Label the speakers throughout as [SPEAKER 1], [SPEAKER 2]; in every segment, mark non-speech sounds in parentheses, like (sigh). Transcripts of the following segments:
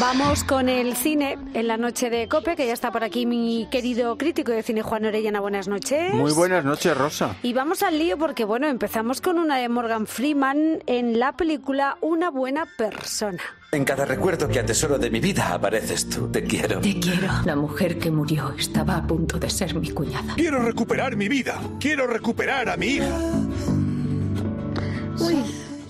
[SPEAKER 1] Vamos con el cine en la noche de Cope, que ya está por aquí mi querido crítico de cine Juan Orellana. Buenas noches.
[SPEAKER 2] Muy buenas noches, Rosa.
[SPEAKER 1] Y vamos al lío porque, bueno, empezamos con una de Morgan Freeman en la película Una buena persona.
[SPEAKER 3] En cada recuerdo que atesoro de mi vida apareces tú. Te quiero.
[SPEAKER 4] Te quiero. La mujer que murió estaba a punto de ser mi cuñada.
[SPEAKER 5] Quiero recuperar mi vida. Quiero recuperar a mi hija.
[SPEAKER 1] Uy,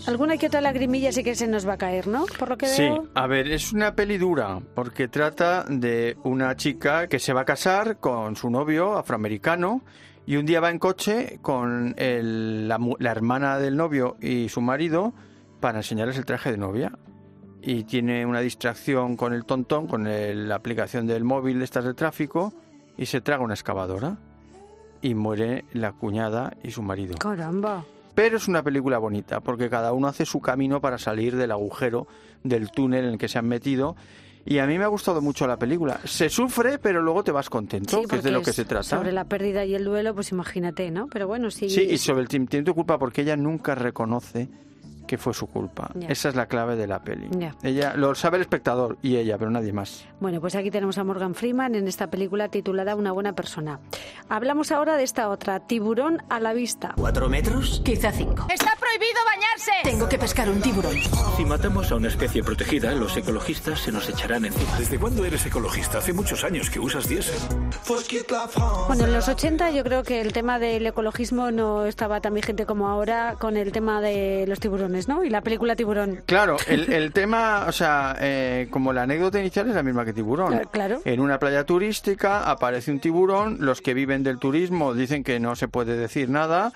[SPEAKER 1] alguna que otra lagrimilla sí que se nos va a caer, ¿no? Por lo que
[SPEAKER 2] Sí,
[SPEAKER 1] veo.
[SPEAKER 2] a ver, es una peli dura porque trata de una chica que se va a casar con su novio afroamericano y un día va en coche con el- la, mu- la hermana del novio y su marido para enseñarles el traje de novia. Y tiene una distracción con el tontón, con el- la aplicación del móvil de estas de tráfico y se traga una excavadora y muere la cuñada y su marido.
[SPEAKER 1] Caramba.
[SPEAKER 2] Pero es una película bonita, porque cada uno hace su camino para salir del agujero, del túnel en el que se han metido. Y a mí me ha gustado mucho la película. Se sufre, pero luego te vas contento,
[SPEAKER 1] Sí,
[SPEAKER 2] que es de
[SPEAKER 1] porque
[SPEAKER 2] lo que
[SPEAKER 1] es
[SPEAKER 2] se trata.
[SPEAKER 1] Sobre la pérdida y el duelo, pues imagínate, ¿no? Pero bueno, sí.
[SPEAKER 2] Sí, y sobre el tim- tiene tu culpa, porque ella nunca reconoce que fue su culpa.
[SPEAKER 1] Ya.
[SPEAKER 2] Esa es la clave de la peli.
[SPEAKER 1] Ya.
[SPEAKER 2] Ella lo sabe el espectador y ella, pero nadie más.
[SPEAKER 1] Bueno, pues aquí tenemos a Morgan Freeman en esta película titulada Una buena persona. Hablamos ahora de esta otra, Tiburón a la vista.
[SPEAKER 6] ¿Cuatro metros?
[SPEAKER 4] Quizá cinco.
[SPEAKER 7] ¡Está prohibido bañarse!
[SPEAKER 4] Tengo que pescar un tiburón.
[SPEAKER 8] Si matamos a una especie protegida, los ecologistas se nos echarán encima.
[SPEAKER 5] ¿Desde cuándo eres ecologista? Hace muchos años que usas diésel.
[SPEAKER 1] Bueno, en los 80 yo creo que el tema del ecologismo no estaba tan vigente como ahora con el tema de los tiburones, ¿no? Y la película Tiburón.
[SPEAKER 2] Claro, el, el tema, o sea, eh, como la anécdota inicial es la misma que tiburón. Eh,
[SPEAKER 1] Claro, claro.
[SPEAKER 2] En una playa turística aparece un tiburón, los que viven del turismo dicen que no se puede decir nada,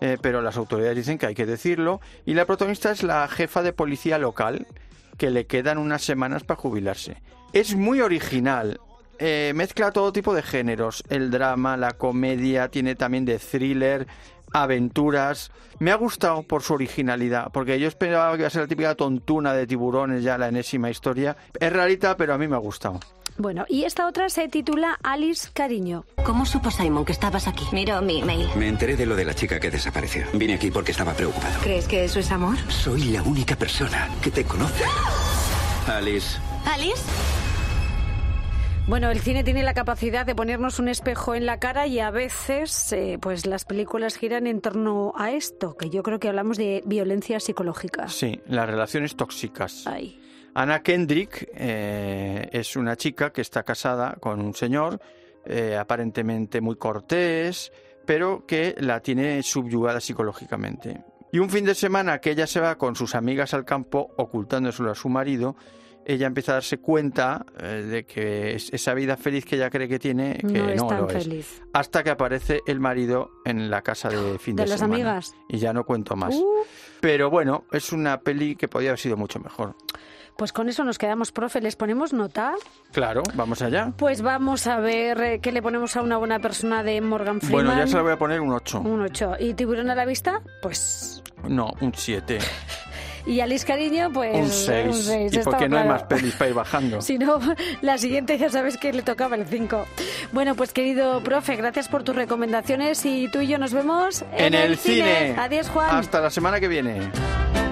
[SPEAKER 2] eh, pero las autoridades dicen que hay que decirlo, y la protagonista es la jefa de policía local, que le quedan unas semanas para jubilarse. Es muy original. eh, mezcla todo tipo de géneros, el drama, la comedia, tiene también de thriller, aventuras. Me ha gustado por su originalidad, porque yo esperaba que iba a ser la típica tontuna de tiburones, ya la enésima historia. Es rarita, pero a mí me ha gustado.
[SPEAKER 1] Bueno, y esta otra se titula Alice Cariño.
[SPEAKER 7] ¿Cómo supo Simon que estabas aquí? Miro mi email.
[SPEAKER 6] Me enteré de lo de la chica que desapareció. Vine aquí porque estaba preocupado.
[SPEAKER 7] ¿Crees que eso es amor?
[SPEAKER 6] Soy la única persona que te conoce.
[SPEAKER 5] ¡Ah!
[SPEAKER 6] Alice,
[SPEAKER 7] ¿Alice?
[SPEAKER 1] Bueno, el cine tiene la capacidad de ponernos un espejo en la cara y a veces, eh, pues las películas giran en torno a esto, que yo creo que hablamos de violencia psicológica.
[SPEAKER 2] Sí, las relaciones tóxicas.
[SPEAKER 1] Ay.
[SPEAKER 2] Ana Kendrick eh, es una chica que está casada con un señor eh, aparentemente muy cortés, pero que la tiene subyugada psicológicamente. Y un fin de semana que ella se va con sus amigas al campo ocultándoselo a su marido, ella empieza a darse cuenta eh, de que es- esa vida feliz que ella cree que tiene, que
[SPEAKER 1] No
[SPEAKER 2] no,
[SPEAKER 1] es tan
[SPEAKER 2] lo es.
[SPEAKER 1] feliz.
[SPEAKER 2] Hasta que aparece el marido en la casa de fin
[SPEAKER 1] (gasps) ¿De
[SPEAKER 2] de,
[SPEAKER 1] las
[SPEAKER 2] semana.
[SPEAKER 1] amigas?
[SPEAKER 2] Y ya no cuento más.
[SPEAKER 1] Uh.
[SPEAKER 2] Pero bueno, es una peli que podía haber sido mucho mejor.
[SPEAKER 1] Pues con eso nos quedamos, profe. ¿Les ponemos nota?
[SPEAKER 2] Claro, vamos allá.
[SPEAKER 1] Pues vamos a ver eh, qué le ponemos a una buena persona de Morgan Freeman.
[SPEAKER 2] Bueno, ya se la voy a poner un 8.
[SPEAKER 1] Un 8. ¿Y tiburón a la vista? Pues...
[SPEAKER 2] No, un 7.
[SPEAKER 1] Y Alice Cariño, pues...
[SPEAKER 2] Un 6.
[SPEAKER 1] seis,
[SPEAKER 2] Y
[SPEAKER 1] estaba
[SPEAKER 2] porque no hay
[SPEAKER 1] claro.
[SPEAKER 2] más pelis para ir
[SPEAKER 1] (laughs)
[SPEAKER 2] bajando.
[SPEAKER 1] Si no, la siguiente ya sabes que le tocaba el 5. Bueno, pues querido profe, gracias por tus recomendaciones y tú y yo nos vemos
[SPEAKER 2] En el cine.
[SPEAKER 1] Adiós, Juan.
[SPEAKER 2] Hasta la semana que viene.